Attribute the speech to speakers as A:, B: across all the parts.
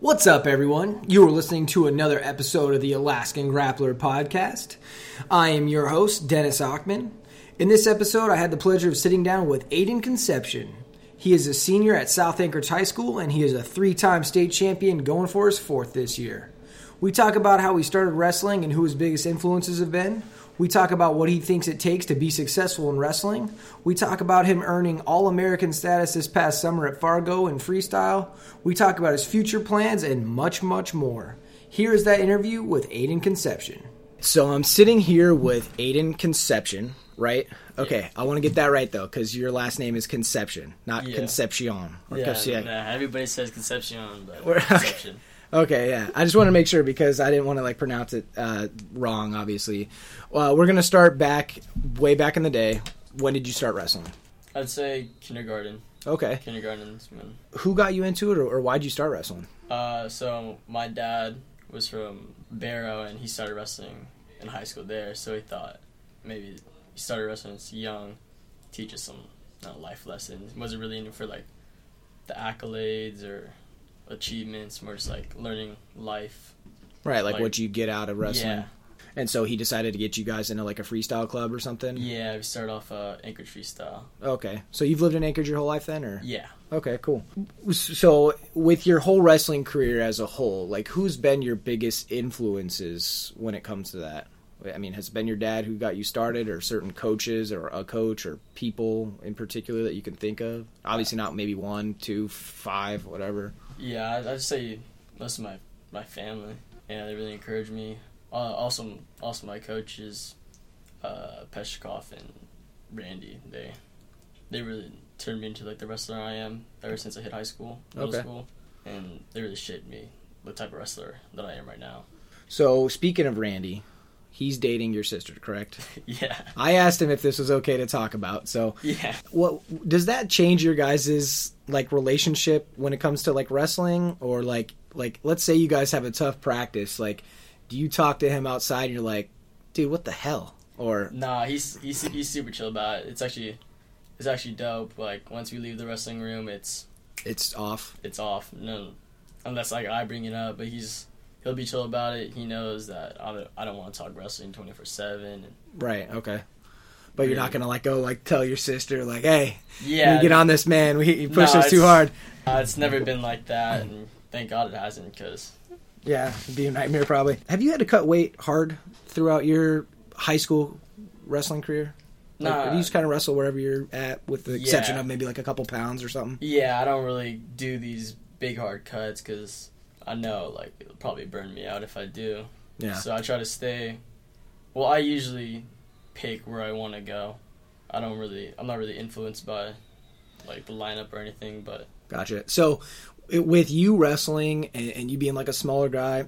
A: What's up, everyone? You are listening to another episode of the Alaskan Grappler Podcast. I am your host, Dennis Ockman. In this episode, I had the pleasure of sitting down with Aiden Conception. He is a senior at South Anchorage High School, and he is a three time state champion going for his fourth this year. We talk about how he started wrestling and who his biggest influences have been. We talk about what he thinks it takes to be successful in wrestling. We talk about him earning All American status this past summer at Fargo in freestyle. We talk about his future plans and much, much more. Here is that interview with Aiden Conception. So I'm sitting here with Aiden Conception, right? Okay, I want to get that right though, because your last name is Conception, not
B: Yeah.
A: Concepcion or
B: Yeah,
A: Concepcion.
B: nah, everybody says Concepcion, but
A: We're-
B: Conception.
A: Okay, yeah. I just want to make sure because I didn't want to like pronounce it uh, wrong. Obviously, well, we're gonna start back way back in the day. When did you start wrestling?
B: I'd say kindergarten.
A: Okay,
B: Kindergarten's when.
A: who got you into it, or, or why would you start wrestling?
B: Uh, so my dad was from Barrow, and he started wrestling in high school there. So he thought maybe he started wrestling as young, teach us some not life lessons. He wasn't really into for like the accolades or achievements, more just like learning life.
A: Right, like,
B: Like-
A: what you get out of wrestling.
B: Yeah,
A: And so he decided to get you guys into like a freestyle club or something.
B: yeah. We started off uh, Anchorage freestyle.
A: Okay, so you've lived in Anchorage your whole life then, or
B: Yeah.
A: okay, cool. So with your whole wrestling career as a whole, like who's been your biggest influences when it comes to that? I mean, has it been your dad who got you started, or certain coaches, or a coach, or people in particular that you can think of? Obviously, not maybe one, two, five, whatever.
B: Yeah, I- I'd say most of my my family. Yeah, they really encouraged me. Uh, also, also my coaches, uh, Peshkoff and Randy. They they really turned me into like the wrestler I am ever since I hit high school, middle
A: Okay.
B: school, and they really shaped me the type of wrestler that I am right now.
A: So speaking of Randy, he's dating your sister, correct?
B: yeah,
A: I asked him if this was okay to talk about. So
B: yeah.
A: what does that change your guys' like relationship when it comes to like wrestling or like like let's say you guys have a tough practice like do you talk to him outside and you're like dude what the hell or
B: Nah, he's he's he's super chill about it. It's actually it's actually dope. Like once we leave the wrestling room, it's
A: it's off
B: it's off. No, unless like I bring it up, but he's he'll be chill about it. He knows that I don't, I don't want to talk wrestling twenty four seven.
A: right okay but you're not gonna like go like tell your sister like hey
B: Yeah,
A: we get on this man we he pushed
B: No,
A: us too
B: it's-
A: hard
B: uh, it's never been like that, and thank God it hasn't because
A: yeah it'd be a nightmare probably have you had to cut weight hard throughout your high school wrestling career like,
B: Nah.
A: you just kind of wrestle wherever you're at with the exception
B: Yeah.
A: of maybe like a couple pounds or something
B: yeah, I don't really do these big hard cuts because I know like it'll probably burn me out if I do.
A: yeah
B: So I try to stay. Well, I usually pick where I want to go. I don't really. I'm not really influenced by like the lineup or anything, but
A: Gotcha. So, it, with you wrestling and, and you being like a smaller guy,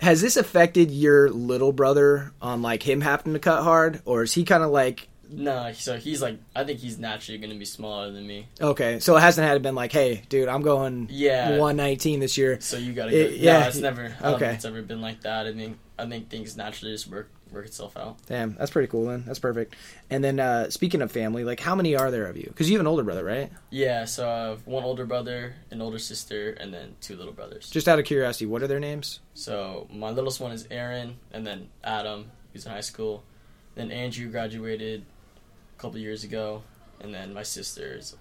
A: has this affected your little brother on like him having to cut hard, or is he kind of like
B: No, so he's like, I think he's naturally gonna be smaller than me.
A: okay? So it hasn't had been like, hey, dude, I'm going
B: Yeah.
A: 119 this year.
B: So you gotta.
A: It-
B: go.
A: yeah,
B: Yeah, it's never. I don't
A: okay.
B: think it's ever been like that. I think I think things naturally just work work itself out.
A: Damn, that's pretty cool. Then that's perfect. And then uh, speaking of family, like how many are there of you? Because you have an older brother, right?
B: Yeah, so I have one older brother, an older sister, and then two little brothers.
A: Just out of curiosity, what are their names?
B: So my littlest one is Aaron, and then Adam, who's in high school. Then Andrew graduated a couple years ago, and then my sister is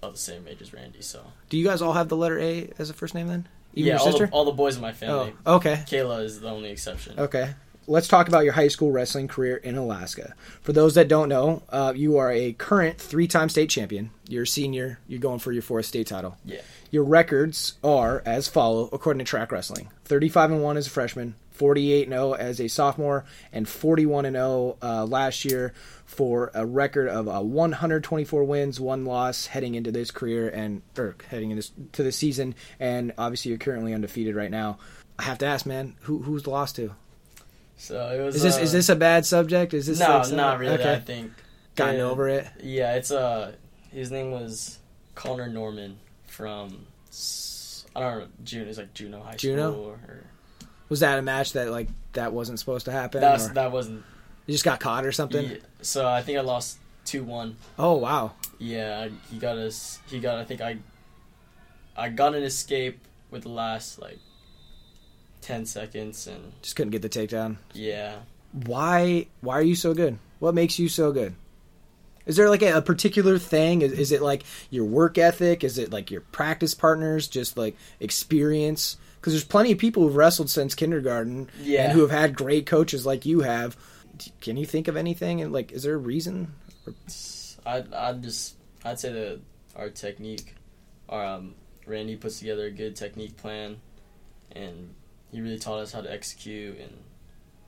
B: about the same age as Randy. So
A: Do you guys all have the letter A as a first name then? Even
B: yeah,
A: your
B: all
A: sister?
B: the, all the boys in my family.
A: oh, okay.
B: Kayla is the only exception.
A: Okay. Let's talk about your high school wrestling career in Alaska. For those that don't know, uh, you are a current three time state champion. You're a senior. You're going for your fourth state title.
B: Yeah.
A: Your records are as follow according to track wrestling 35 and 1 as a freshman, 48 and 0 as a sophomore, and 41 and 0 uh, last year for a record of uh, 124 wins, one loss heading into this career and or heading into this, to this season. And obviously, you're currently undefeated right now. I have to ask, man, who, who's lost to?
B: So it was.
A: Is this
B: uh,
A: is this a bad subject? Is this
B: no,
A: like some-
B: not really. I
A: Okay,
B: think
A: gotten
B: Yeah.
A: over it.
B: Yeah, it's uh, his name was Connor Norman from S- I don't know June. It's like Juno High
A: Juno?
B: School. Or,
A: Was that a match that like that wasn't supposed to happen?
B: that's
A: or
B: that wasn't.
A: you just got caught or something?
B: yeah, so I think I lost two one.
A: Oh wow,
B: Yeah, I, he got us. He got. I think I. I got an escape with the last like ten seconds, and
A: Just couldn't get the takedown.
B: yeah,
A: Why? Why are you so good? What makes you so good? Is there like a, a particular thing? Is, is it like your work ethic? Is it like your practice partners? Just like experience? Because there's plenty of people who've wrestled since kindergarten
B: Yeah.
A: and who have had great coaches like you have. D- Can you think of anything? And like, is there a reason?
B: I I just I'd say that our technique, our um, Randy puts together a good technique plan, and he really taught us how to execute and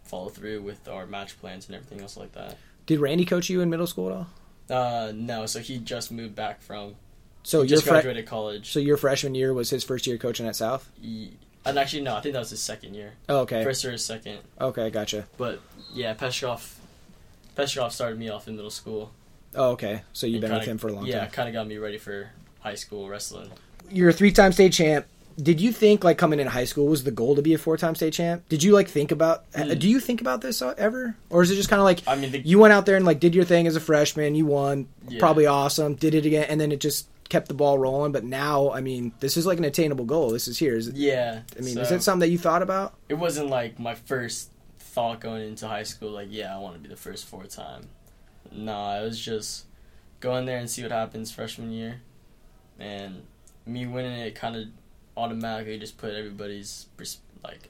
B: follow through with our match plans and everything else like that.
A: Did Randy coach you in middle school at all?
B: Uh, no, so he just moved back from
A: So
B: he
A: your
B: just
A: fre-
B: graduated college.
A: so your freshman year was his first year coaching at South.
B: Ye- and actually, no, I think that was his second year,
A: Oh, okay,
B: first or his second.
A: okay, gotcha.
B: But yeah, Peshkov, Peshkov started me off in middle school.
A: Oh, okay. So you've
B: and
A: been
B: kinda,
A: with him for a long
B: yeah,
A: time.
B: kind of got me ready for high school wrestling.
A: you're a three-time state champ. Did you think like coming in high school was the goal to be a four-time state champ? Did you like think about?
B: Mm.
A: Do you think about this uh, ever, or is it just kind of like
B: I mean, the,
A: you went out there and like did your thing as a freshman, you won,
B: Yeah.
A: probably awesome, did it again, and then it just kept the ball rolling. But now, I mean, this is like an attainable goal. This is here. Is it,
B: yeah,
A: I mean,
B: so
A: is that something that you thought about?
B: it wasn't like my first thought going into high school. Like, yeah, I want to be the first four time. Nah, it was just go in there and see what happens freshman year, and me winning it kind of automatically just put everybody's pers- like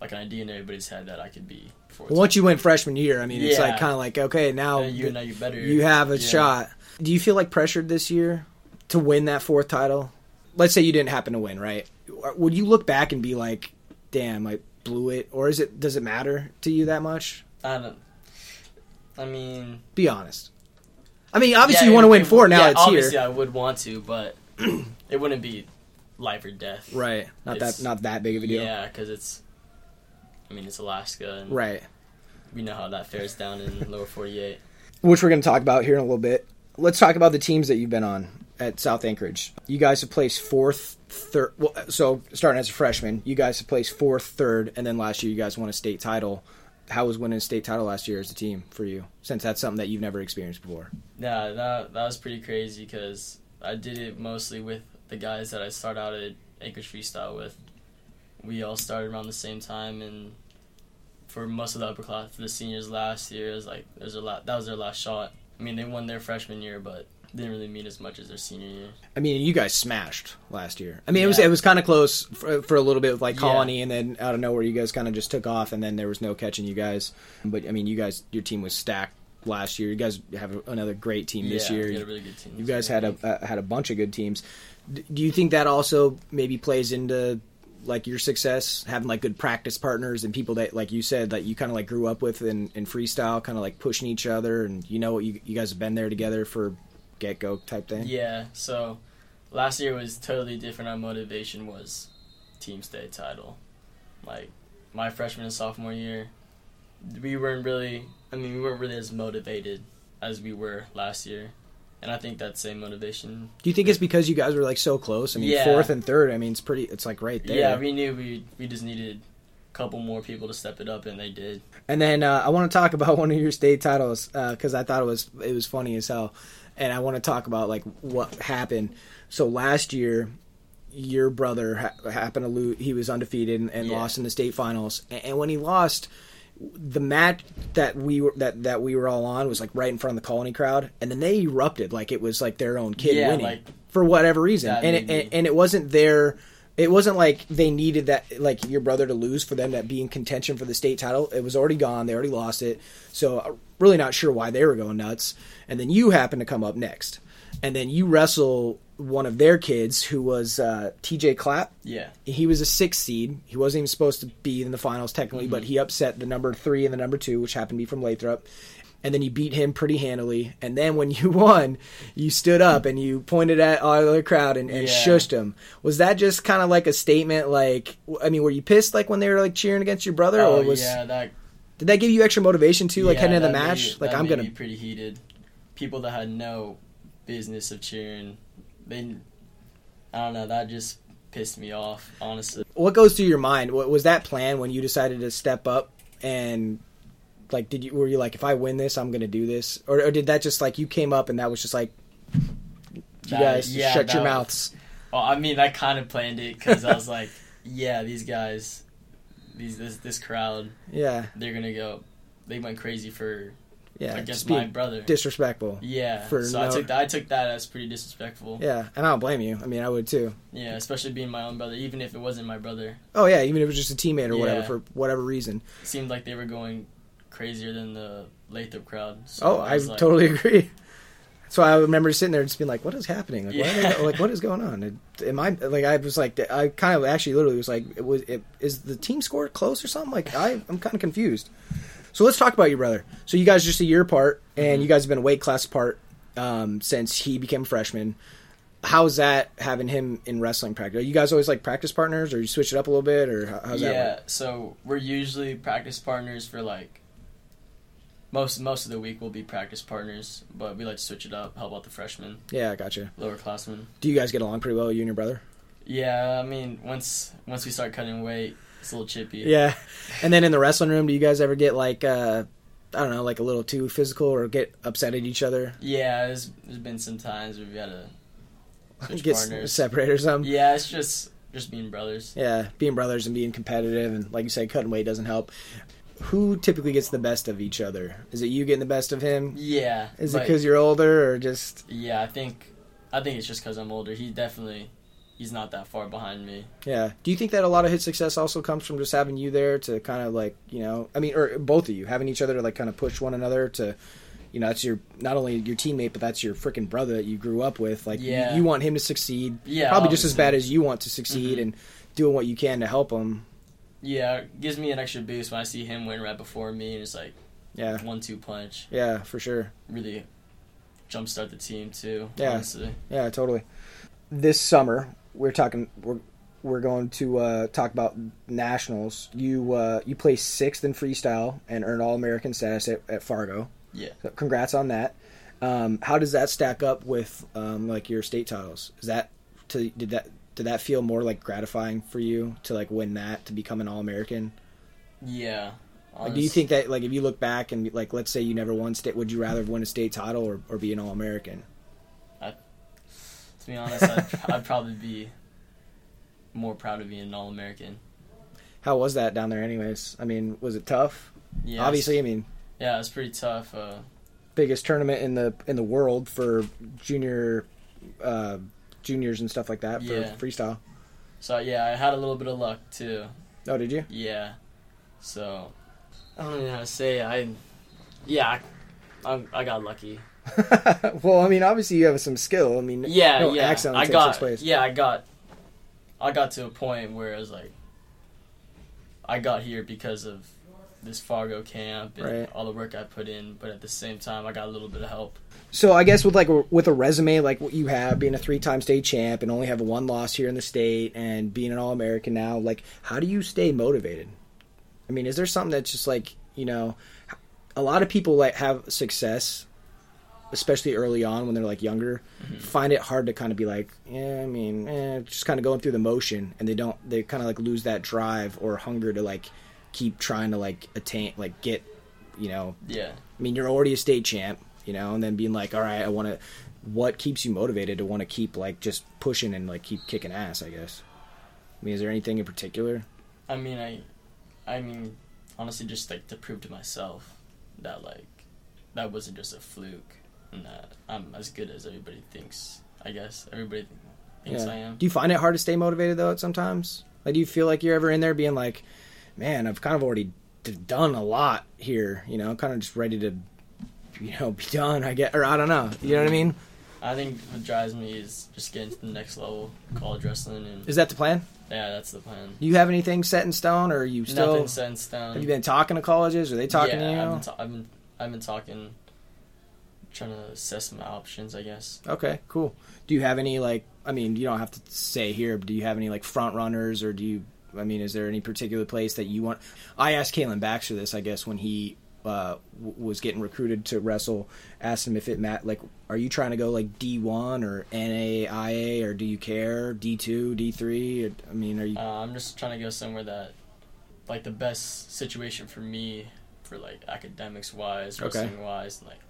B: like an idea in everybody's head that I could be four.
A: Well, once you win freshman year, I mean, it's
B: Yeah.
A: like kind of like okay, now
B: time. Yeah, you know you better.
A: you have a
B: yeah.
A: shot. Do you feel like pressured this year to win that fourth title? Let's say you didn't happen to win, right? Would you look back and be like, "Damn, I blew it," or is it does it matter to you that much?
B: I don't. I mean,
A: Be honest. I mean, obviously
B: yeah,
A: you want to
B: it-
A: win
B: it-
A: four now.
B: yeah,
A: it's
B: obviously
A: here,
B: I would want to, but it wouldn't be life or death.
A: right? Not that
B: It's-
A: not that big of a deal,
B: Yeah, because it's. I mean, it's Alaska, and
A: right?
B: we know how that fares down in Lower Forty Eight.
A: Which we're going to talk about here in a little bit. Let's talk about the teams that you've been on at South Anchorage. You guys have placed fourth, third. Well, so starting as a freshman, you guys have placed fourth, third, and then last year you guys won a state title. How was winning a state title last year as a team for you? Since that's something that you've never experienced before.
B: Yeah, that that was pretty crazy because I did it mostly with the guys that I started out at Anchorage Freestyle with. We all started around the same time, and for most of the upper class, for the seniors last year, it was like it was their la- that was their last shot. I mean, they won their freshman year, but didn't really mean as much as their senior year.
A: I mean, you guys smashed last year. I mean, it was
B: Yeah.
A: it was kind of close for, for a little bit with like
B: Yeah.
A: Colony, and then out of nowhere, you guys kind of just took off, and then there was no catching you guys. But I mean, you guys, your team was stacked last year. You guys have another great team this
B: yeah,
A: year.
B: we had a really good team.
A: You guys
B: this year, I
A: had a
B: think.
A: uh, had a bunch of good teams. D- Do you think that also maybe plays into like your success having like good practice partners and people that like you said that you kind of like grew up with in, in freestyle, kind of like pushing each other and you know you you guys have been there together for get go type thing.
B: Yeah, so last year was totally different. Our motivation was team state title. Like my freshman and sophomore year, we weren't really. I mean, we weren't really as motivated as we were last year, and I think that same motivation.
A: Do you think it's because you guys were like so close? I mean,
B: Yeah.
A: fourth and third. I mean, it's pretty. It's like right there.
B: Yeah, we knew we we just needed a couple more people to step it up, and they did.
A: And then uh, I want to talk about one of your state titles because I thought it was it was funny as hell, and I want to talk about like what happened. So last year, your brother ha- happened to lose. He was undefeated and, and
B: Yeah.
A: lost in the state finals. And, and when he lost, the match that we were that that we were all on was like right in front of the colony crowd, and then they erupted like it was like their own kid
B: Yeah,
A: winning
B: like-
A: for whatever reason,
B: That
A: and
B: made
A: it, and,
B: me-
A: and it wasn't their. It wasn't like they needed that, like your brother to lose for them to be in contention for the state title. It was already gone. They already lost it. So, I'm really not sure why they were going nuts. And then you happen to come up next. And then you wrestle one of their kids who was uh, TJ Clapp
B: Yeah,
A: he was a sixth seed. He wasn't even supposed to be in the finals technically,
B: Mhm.
A: but he upset the number three and the number two, which happened to be from Lathrop. And then you beat him pretty handily. And then when you won, you stood up and you pointed at all the crowd and, and
B: Yeah.
A: shushed him. Was that just kind of like a statement? Like, w- I mean, were you pissed like when they were like cheering against your brother,
B: oh
A: or was
B: yeah, that
A: did that give you extra motivation too? Like
B: Yeah,
A: heading into the
B: that made
A: match,
B: it-
A: like
B: that
A: I'm
B: made
A: gonna
B: me pretty heated. People that had no business of cheering, they, I don't know, that just pissed me off. Honestly,
A: what goes through your mind? What was that plan when you decided to step up and like did you were you like if I win this I'm gonna do this or, or did that just like you came up and that was just like you
B: That-
A: guys
B: yeah,
A: shut your
B: that-
A: mouths
B: Well, Oh, I mean, I kind of planned it because I was like, yeah, these guys, these this this crowd,
A: Yeah,
B: they're gonna go, they went crazy for
A: yeah.
B: against
A: just being
B: my brother.
A: disrespectful.
B: yeah,
A: for
B: so I
A: no-
B: took that, I took that as pretty disrespectful. Yeah.
A: Yeah, and I don't blame you. I mean, I would too.
B: especially being my own brother, even if it wasn't my brother,
A: Oh yeah, even if it was just a teammate or whatever
B: Yeah.
A: for whatever reason.
B: it seemed like they were going crazier than the Lathrop crowd. So
A: Oh,
B: I
A: I
B: was like,
A: totally agree. So I remember sitting there just being like, "What is happening? Like, why
B: Yeah.
A: are they, like what is going on? Am I like I was like I kind of actually literally was like, it was it, is the team score close or something? Like I I'm kind of confused. So let's talk about your brother. So you guys are just a year apart, and
B: Mm-hmm.
A: you guys have been a weight class apart um, since he became a freshman. How's that having him in wrestling practice? Are you guys always like practice partners, or you switch it up a little bit, or how, how's that?
B: yeah.
A: Work?
B: So we're usually practice partners for like most most of the week. We'll be practice partners, but we like to switch it up, help out the freshmen,
A: Yeah, gotcha.
B: lower classmen.
A: Do you guys get along pretty well, you and your brother?
B: Yeah, I mean, once once we start cutting weight, it's a little chippy.
A: Yeah. And then in the wrestling room, do you guys ever get like uh I don't know, like a little too physical or get upset at each other?
B: Yeah, there's, there's been some times we've got to switch
A: get
B: partners.
A: separate or something?
B: Yeah, it's just just being brothers.
A: Yeah, being brothers and being competitive and like you say cutting weight doesn't help. Who typically gets the best of each other? Is it you getting the best of him?
B: Yeah.
A: Is it
B: but-
A: cuz you're older or just
B: Yeah, I think I think it's just because I'm older. He definitely he's not that far behind me.
A: yeah. Do you think that a lot of his success also comes from just having you there to kind of like, you know, I mean or both of you having each other to like kind of push one another to you know, that's your not only your teammate, but that's your freaking brother that you grew up with. Like, you-
B: Yeah.
A: you, want him to succeed,
B: Yeah,
A: probably just as
B: obviously. Mm-hmm.
A: bad as you want to succeed and doing what you can to help them.
B: Yeah, it gives me an extra boost when I see him win right before me, and it's like
A: Yeah,
B: one two punch.
A: yeah, for sure.
B: Really jumpstart the team too.
A: Yeah.
B: honestly.
A: Yeah, totally. This summer, we're talking. We're we're going to uh, talk about nationals. You uh, you placed sixth in freestyle and earned All American status at, at Fargo.
B: Yeah.
A: So congrats on that. Um, how does that stack up with um, like your state titles? Is that to, did that did that feel more like gratifying for you to like win that to become an All American?
B: Yeah.
A: Like, do you think that like if you look back and like let's say you never won state, would you rather win a state title or, or be an All American?
B: Honest- To be honest, I'd, I'd probably be more proud of being an All-American.
A: How was that down there, anyways? I mean, was it tough?
B: Yeah.
A: Obviously, I mean,
B: Yeah, it was pretty tough. Uh,
A: biggest tournament in the in the world for junior uh, juniors and stuff like that for
B: Yeah.
A: freestyle.
B: so yeah, I had a little bit of luck too.
A: Oh, did you?
B: Yeah. So I don't even know how to say it. I yeah, I, I, I got lucky.
A: well, I mean, obviously you have some skill. I mean,
B: Yeah,
A: no
B: yeah.
A: accident
B: I
A: takes
B: got
A: its place.
B: yeah, I got I got to a point where I was like I got here because of this Fargo camp and
A: Right.
B: all the work I put in, but at the same time I got a little bit of help.
A: So I guess with like a- with a resume like what you have, being a three time state champ and only having one loss here in the state, and being an All American now, like how do you stay motivated? I mean, is there something that's just like you know, a lot of people like have success, especially early on when they're like younger, find it hard to kind of be like, yeah, I mean, eh, just kind of going through the motion, and they don't, they kind of like lose that drive or hunger to like keep trying to like attain, like get, you know,
B: Yeah.
A: I mean, you're already a state champ, you know, and then being like, all right, I want to. What keeps you motivated to want to keep like just pushing and like keep kicking ass? I guess. I mean, is there anything in particular?
B: I mean I I mean honestly just like to prove to myself that like that wasn't just a fluke and that I'm as good as everybody thinks. I guess everybody thinks I am.
A: Do you find it hard to stay motivated though? At sometimes, like, do you feel like you're ever in there being like, man, I've kind of already d- done a lot here, you know, kind of just ready to, you know, be done. I get, or I don't know. You know what I mean?
B: I think what drives me is just getting to the next level, college wrestling, and
A: Is that the plan?
B: yeah, that's the plan.
A: Do you have anything set in stone, or are you still?
B: Nothing set in stone.
A: have you been talking to colleges? Are they talking
B: yeah, I've
A: to you?
B: been, ta- I've, been, I've been talking, trying to assess my options, I guess.
A: Okay, cool. Do you have any like? I mean, you don't have to say here. But do you have any like front runners, or do you? I mean, is there any particular place that you want? I asked Kalen Baxter this, I guess, when he uh, w- was getting recruited to wrestle. Asked him if it mat like, are you trying to go like D one or NAIA or do you care D two D three? I mean, are you?
B: Uh, I'm just trying to go somewhere that, like, the best situation for me, for like academics wise,
A: Okay.
B: wrestling wise, and like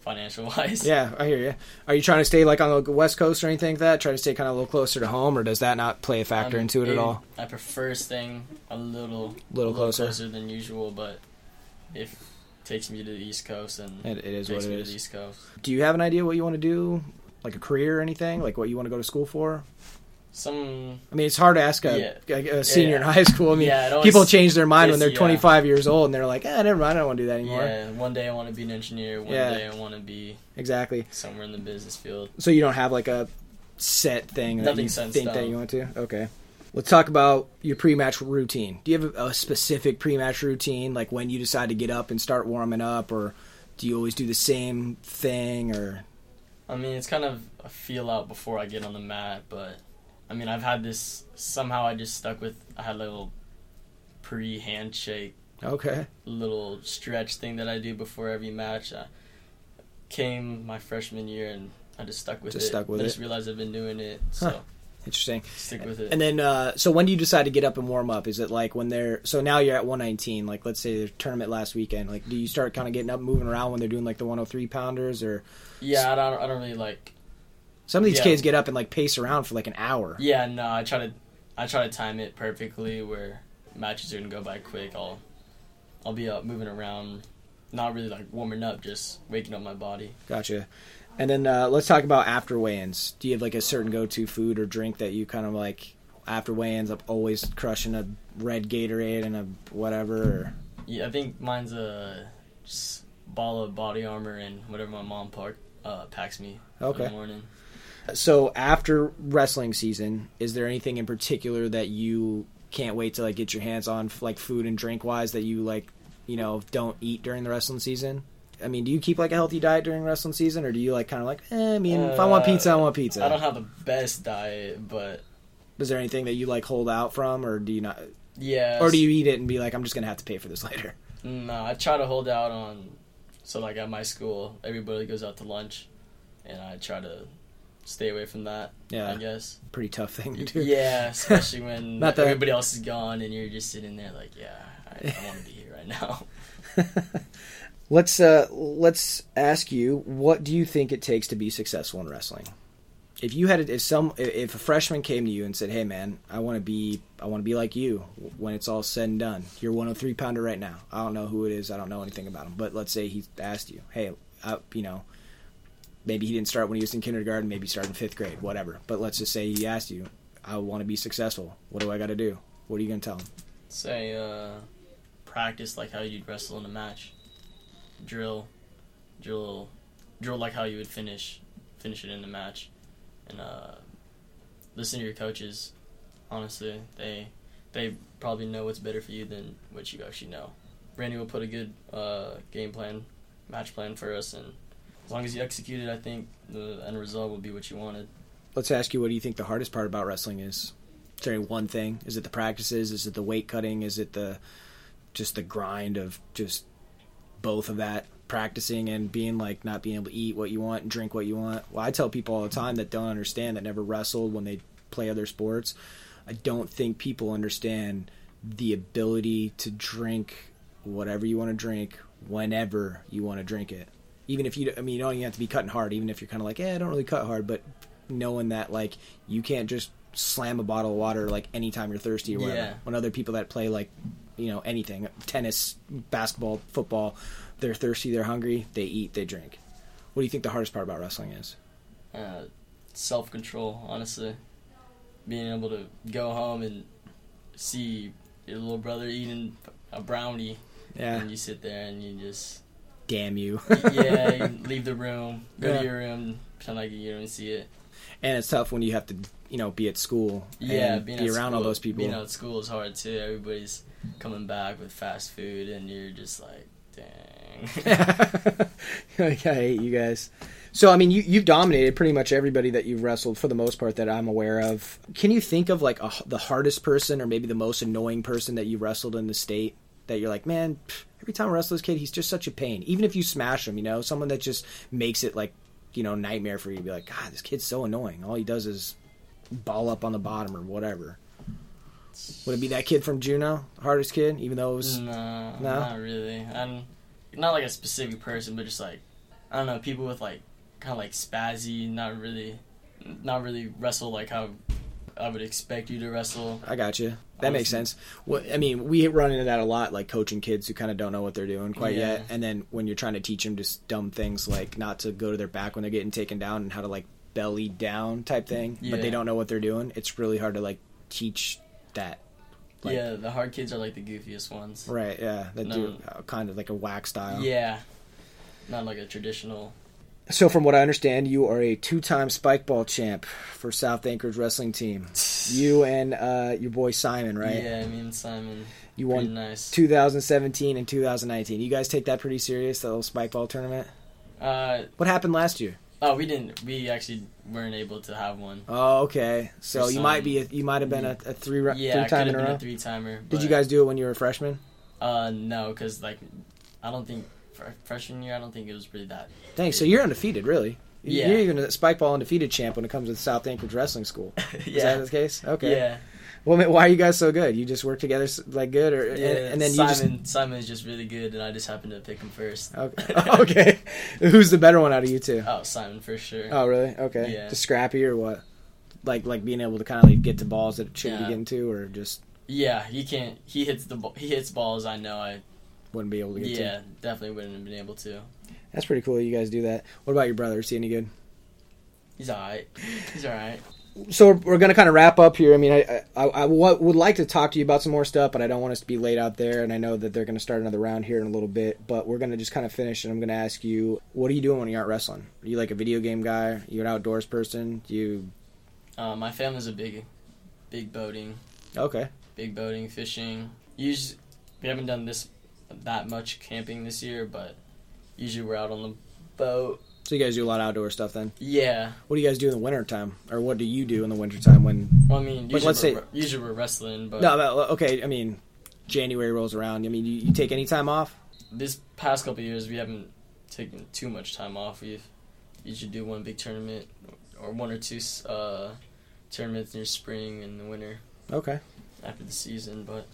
B: financial wise.
A: Yeah, I hear you. Are you trying to stay like on the West Coast or anything like that? Try to stay kind of a little closer to home, or does that not play a factor
B: I'm
A: into Um, it at
B: a-
A: all?
B: I prefer staying a little,
A: Little closer.
B: than usual, but if it takes me to the East Coast, then
A: It, it is what
B: takes
A: it
B: me to the
A: is.
B: East Coast.
A: Do you have an idea what you want to do, like a career or anything, like what you want to go to school for?
B: Some
A: I mean, it's hard to ask a, a, a senior in
B: yeah.
A: high school. I mean,
B: Yeah, it always-
A: people change their mind when
B: it's-
A: they're
B: yeah.
A: 25 years old and they're like, eh, never mind, I don't want to do that anymore.
B: yeah. One day I want to be an engineer. One
A: Yeah.
B: day I want to be
A: Exactly.
B: somewhere in the business field.
A: So you don't have like a set thing that
B: Nothing
A: you
B: set in
A: think that
B: stone.
A: you want to? Okay. Let's talk about your pre-match routine. Do you have a, a specific pre-match routine, like when you decide to get up and start warming up, or do you always do the same thing? Or
B: I mean, it's kind of a feel out before I get on the mat, but I mean, I've had this somehow. I just stuck with. I had a little pre handshake,
A: okay,
B: little stretch thing that I do before every match. I came my freshman year and I just stuck with
A: Just
B: it.
A: stuck with
B: I
A: it.
B: just realized I've been doing it,
A: Huh.
B: so
A: interesting.
B: stick with it.
A: And then, uh, so when do you decide to get up and warm up? Is it like when they're so now you're at 119? Like let's say the tournament last weekend. Like do you start kind of getting up, moving around when they're doing like the 103 pounders, or
B: yeah, I don't. I don't really like.
A: some of these
B: Yeah.
A: kids get up and like pace around for like an hour?
B: Yeah, no. I try to. I try to time it perfectly where matches are gonna go by quick. I'll. I'll be up moving around, not really like warming up, just waking up my body.
A: Gotcha. And then uh, let's talk about after weigh-ins. Do you have like a certain go-to food or drink that you kind of like after weigh-ins? I'm always crushing a red Gatorade and a whatever. Or...
B: Yeah, I think mine's a just ball of body armor and whatever my mom park, uh, packs me in
A: Okay.
B: the morning.
A: So after wrestling season, is there anything in particular that you can't wait to like get your hands on, like food and drink wise, that you like, you know, don't eat during the wrestling season? I mean, do you keep like a healthy diet during wrestling season, or do you like kind of like, eh, I mean, if I want
B: Uh,
A: pizza, I want pizza.
B: I don't have the best diet, but
A: Is there anything that you like hold out from, or do you not?
B: yeah.
A: or do you eat it and be like, I'm just gonna have to pay for this later?
B: No, I try to hold out on. So like at my school, everybody goes out to lunch, and I try to stay away from that.
A: Yeah.
B: I guess.
A: Pretty tough thing to do.
B: Yeah, especially when
A: Not that-
B: everybody else is gone and you're just sitting there like, yeah, I, I want to be here right now.
A: Let's uh, let's ask you, what do you think it takes to be successful in wrestling? If you had, if some, if a freshman came to you and said, "Hey, man, I want to be, I want to be like you when it's all said and done. You're 103 pounder right now. I don't know who it is. I don't know anything about him. But let's say he asked you, "Hey, I, you know, maybe he didn't start when he was in kindergarten. Maybe he started in fifth grade. Whatever. But let's just say he asked you, "I want to be successful. What do I got to do? What are you gonna tell him?
B: Say, uh, practice like how you'd wrestle in a match. Drill, drill, drill like how you would finish, finish it in the match, and uh, listen to your coaches. Honestly, they they probably know what's better for you than what you actually know. Randy will put a good uh, game plan, match plan for us, and as long as you execute it, I think the end result will be what you wanted.
A: let's ask you what do you think the hardest part about wrestling is is there any one thing is it the practices is it the weight cutting is it the just the grind of just both of that practicing and being like not being able to eat what you want and drink what you want well i tell people all the time that don't understand that never wrestled when they play other sports i don't think people understand the ability to drink whatever you want to drink whenever you want to drink it even if you i mean you don't even have to be cutting hard even if you're kind of like yeah i don't really cut hard but knowing that like you can't just slam a bottle of water like anytime you're thirsty or whatever
B: Yeah.
A: when other people that play like you know anything tennis basketball football they're thirsty they're hungry they eat they drink what do you think the hardest part about wrestling is
B: uh, self control, honestly. Being able to go home and see your little brother eating a brownie,
A: yeah
B: and you sit there and you just
A: damn you
B: yeah, you leave the room, go
A: Yeah.
B: to your room, pretend like you don't see it.
A: and it's tough when you have to you know be at school
B: Yeah,
A: and
B: being
A: be
B: at
A: around all
B: school-
A: those people
B: Being out at school is hard too. Everybody's coming back with fast food, and you're just like, dang.
A: Like, I hate you guys. So I mean, you you've dominated pretty much everybody that you've wrestled for the most part that I'm aware of. Can you think of like a, the hardest person or maybe the most annoying person that you wrestled in the state that you're like, man, pff, every time I wrestle this kid, he's just such a pain. Even if you smash him, you know, someone that just makes it like you know nightmare for you to be like, God, this kid's so annoying. All he does is ball up on the bottom or whatever. Would it be that kid from Juno, hardest kid? Even though it was
B: no,
A: No?
B: not really. I'm not like a specific person, but just like I don't know, people with like kind of like spazzy, not really, not really wrestle like how I would expect you to wrestle.
A: I got you. That makes
B: Honestly.
A: sense. Well, I mean, we run into that a lot, like coaching kids who kind of don't know what they're doing quite
B: Yeah.
A: yet, and then when you're trying to teach them just dumb things like not to go to their back when they're getting taken down and how to like belly down type thing, but they
B: Yeah.
A: don't know what they're doing. It's really hard to like teach that. Like-
B: yeah, the hard kids are like the goofiest ones.
A: Right? Yeah, that
B: No.
A: do uh, kind of like a whack style.
B: Yeah, not like a traditional.
A: So, from what I understand, you are a two-time spikeball champ for South Anchorage Wrestling Team. You and uh, your boy Simon, right?
B: Yeah, me and Simon.
A: You
B: Pretty
A: won
B: nice.
A: 2017 and 2019. You guys take that pretty serious, the little spikeball tournament.
B: Uh,
A: What happened last year?
B: oh, we didn't. We actually weren't able to have one.
A: Oh, okay. So
B: For
A: you
B: some-
A: might be a, you might have been a, a three ru-
B: um, Yeah,
A: three
B: I could
A: time
B: have
A: in a
B: been
A: row.
B: a three timer.
A: Did you guys do it when you were a freshman?
B: Uh, no, because like, I don't think fr- freshman year. I don't think it was really that.
A: Thanks. So you're undefeated, really.
B: Yeah.
A: You're even a spikeball undefeated champ when it comes to South Anchorage Wrestling School. Is that the case? Okay.
B: Yeah.
A: Well, man, why are you guys so good? You just work together s- like good, or
B: Yeah,
A: and, and then you just
B: Simon Simon is just really good, and I just happened to pick him first.
A: okay. okay. Who's the better one out of you two?
B: Oh, Simon for sure.
A: Oh, really? Okay.
B: Yeah.
A: Just scrappy or what? Like like being able to kind of like get to balls that it shouldn't
B: Yeah.
A: be getting to, or just
B: Yeah, he can't. He hits the ball. He hits balls. I know. I
A: wouldn't be able to get to.
B: yeah, definitely wouldn't have been able to.
A: That's pretty cool. that You guys do that. What about your brother? Is he any good?
B: He's all right. He's all right.
A: So we're, we're gonna kind of wrap up here. I mean, I I, I wa- would like to talk to you about some more stuff, but I don't want us to be late out there. And I know that they're gonna start another round here in a little bit. But we're gonna just kind of finish, and I'm gonna ask you, what are you doing when you aren't wrestling? Are you like a video game guy? Are you an outdoors person? Do you
B: Uh, my family's a big, big boating,
A: okay?
B: big boating, fishing. Usually, we haven't done this that much camping this year, but usually we're out on the boat.
A: So you guys do a lot of outdoor stuff then.
B: Yeah.
A: What do you guys do in the wintertime? Or what do you do in the wintertime when
B: Well, I mean, usually,
A: let's
B: we're,
A: say-
B: re- usually we're wrestling, but
A: No, but, uh, okay. I mean, January rolls around. I mean, you, you take any time off?
B: this past couple years we haven't taken too much time off. We've usually do one big tournament or one or two uh, tournaments near spring and the winter
A: Okay.
B: after the season. But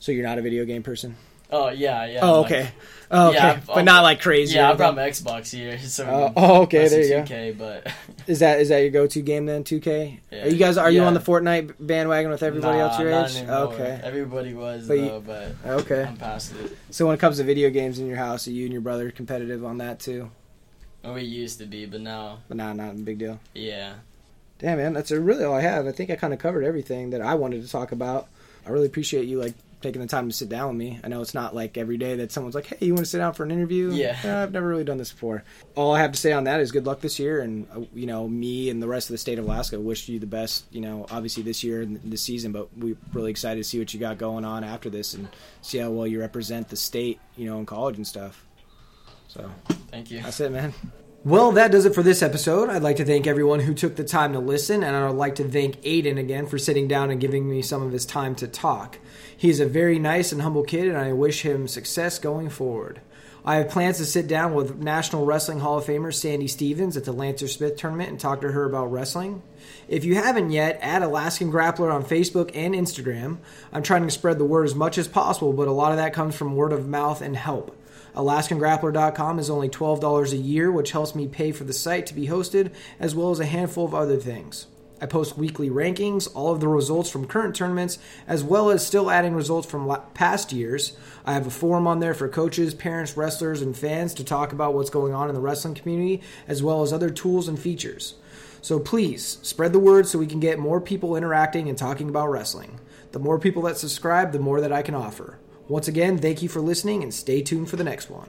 A: So you're not a video game person?
B: oh yeah, yeah.
A: oh,
B: like-
A: okay. oh, okay.
B: Yeah, I've-
A: but not like crazy.
B: yeah,
A: or
B: I brought
A: anything?
B: my Xbox here. So
A: Oh, oh, okay.
B: that's
A: There
B: a
A: you go.
B: 2K, but
A: Is that is that your go-to game then? 2K.
B: Yeah.
A: Are you guys are you
B: Yeah.
A: on the Fortnite bandwagon with everybody
B: nah,
A: else your
B: not
A: age?
B: anymore.
A: Okay.
B: Everybody was
A: But you-
B: though, but
A: Okay.
B: I'm past it.
A: So when it comes to video games in your house, are you and your brother competitive on that too?
B: Well, we used to be, but now,
A: But nah, not a big deal.
B: yeah.
A: Damn, man, that's uh, really all I have. I think I kind of covered everything that I wanted to talk about. I really appreciate you like taking the time to sit down with me. I know it's not like every day that someone's like, "Hey, you want to sit down for an interview?"
B: Yeah.
A: Uh, I've never really done this before. All I have to say on that is good luck this year, and uh, you know, me and the rest of the state of Alaska wish you the best. You know, obviously this year and this season, but we're really excited to see what you got going on after this and see how well you represent the state, you know, in college and stuff. So
B: Thank you.
A: that's it, man.
C: Well, that does it for this episode. I'd like to thank everyone who took the time to listen, and I'd like to thank Aiden again for sitting down and giving me some of his time to talk. He's a very nice and humble kid, and I wish him success going forward. I have plans to sit down with National Wrestling Hall of Famer Sandy Stevens at the Lancer Smith tournament and talk to her about wrestling. If you haven't yet, add Alaskan Grappler on Facebook and Instagram. I'm trying to spread the word as much as possible, but a lot of that comes from word of mouth and help. AlaskanGrappler.com is only $12 a year, which helps me pay for the site to be hosted, as well as a handful of other things. I post weekly rankings, all of the results from current tournaments, as well as still adding results from la- past years. I have a forum on there for coaches, parents, wrestlers, and fans to talk about what's going on in the wrestling community, as well as other tools and features. So please spread the word so we can get more people interacting and talking about wrestling. The more people that subscribe, the more that I can offer. Once again, thank you for listening and stay tuned for the next one.